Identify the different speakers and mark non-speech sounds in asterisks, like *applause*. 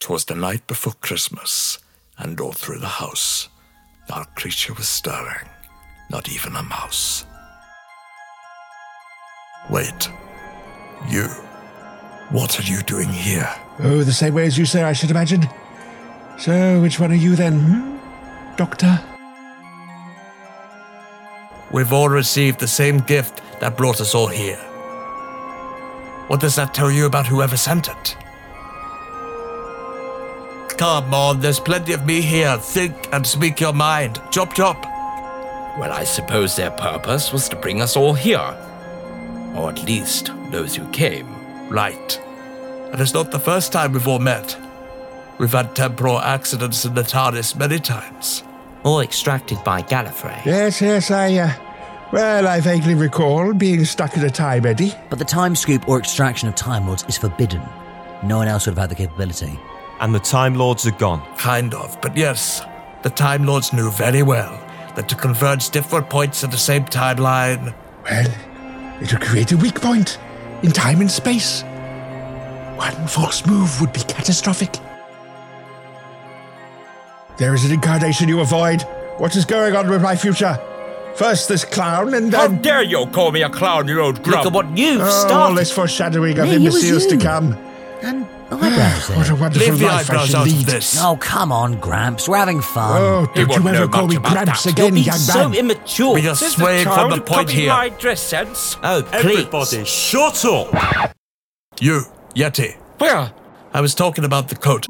Speaker 1: 'Twas the night before Christmas, and all through the house, not a creature was stirring, not even a mouse. Wait, you. What are you doing here?
Speaker 2: Oh, the same way as you, sir, I should imagine. So, which one are you then, hmm? Doctor?
Speaker 3: We've all received the same gift that brought us all here. What does that tell you about whoever sent it? Come on, there's plenty of me here. Think and speak your mind. Chop chop.
Speaker 4: Well, I suppose their purpose was to bring us all here. Or at least those who came.
Speaker 3: Right. And it's not the first time we've all met. We've had temporal accidents in the TARDIS many times.
Speaker 5: All extracted by Gallifrey.
Speaker 2: Yes, yes, I, uh, well, I vaguely recall being stuck in a time, Eddie.
Speaker 6: But the time scoop or extraction of Time Lords is forbidden. No one else would have had the capability.
Speaker 7: And the Time Lords are gone.
Speaker 3: Kind of, but yes, the Time Lords knew very well that to converge different points at the same timeline.
Speaker 2: Well, it'll create a weak point in time and space. One false move would be catastrophic. There is an incarnation you avoid. What is going on with my future? First this clown, and
Speaker 4: How
Speaker 2: then
Speaker 4: dare you call me a clown, you old
Speaker 5: Look at
Speaker 4: grub!
Speaker 5: what you've
Speaker 2: Oh, all
Speaker 5: started.
Speaker 2: this foreshadowing of
Speaker 6: Ray, it was
Speaker 2: imbeciles to
Speaker 6: you.
Speaker 2: come.
Speaker 6: And
Speaker 2: *sighs*
Speaker 6: eyebrows
Speaker 2: What a
Speaker 6: there.
Speaker 2: wonderful
Speaker 3: Leave the
Speaker 2: life I
Speaker 3: eyebrows
Speaker 2: should
Speaker 3: out of
Speaker 2: lead.
Speaker 3: this.
Speaker 6: Oh, come on, Gramps. We're having fun.
Speaker 2: Oh,
Speaker 4: He
Speaker 2: don't you
Speaker 4: won't
Speaker 2: ever
Speaker 4: know
Speaker 2: call
Speaker 4: much
Speaker 2: me
Speaker 4: about
Speaker 2: Gramps
Speaker 4: that.
Speaker 5: You're
Speaker 2: again,
Speaker 5: being
Speaker 2: young
Speaker 5: so
Speaker 2: man.
Speaker 5: immature.
Speaker 3: We are
Speaker 4: Is
Speaker 3: swayed from the point
Speaker 4: copying
Speaker 3: here.
Speaker 4: my dress sense?
Speaker 5: oh,
Speaker 7: Everybody,
Speaker 5: please.
Speaker 7: shut up!
Speaker 3: You, Yeti.
Speaker 4: Where?
Speaker 3: I was talking about the coat.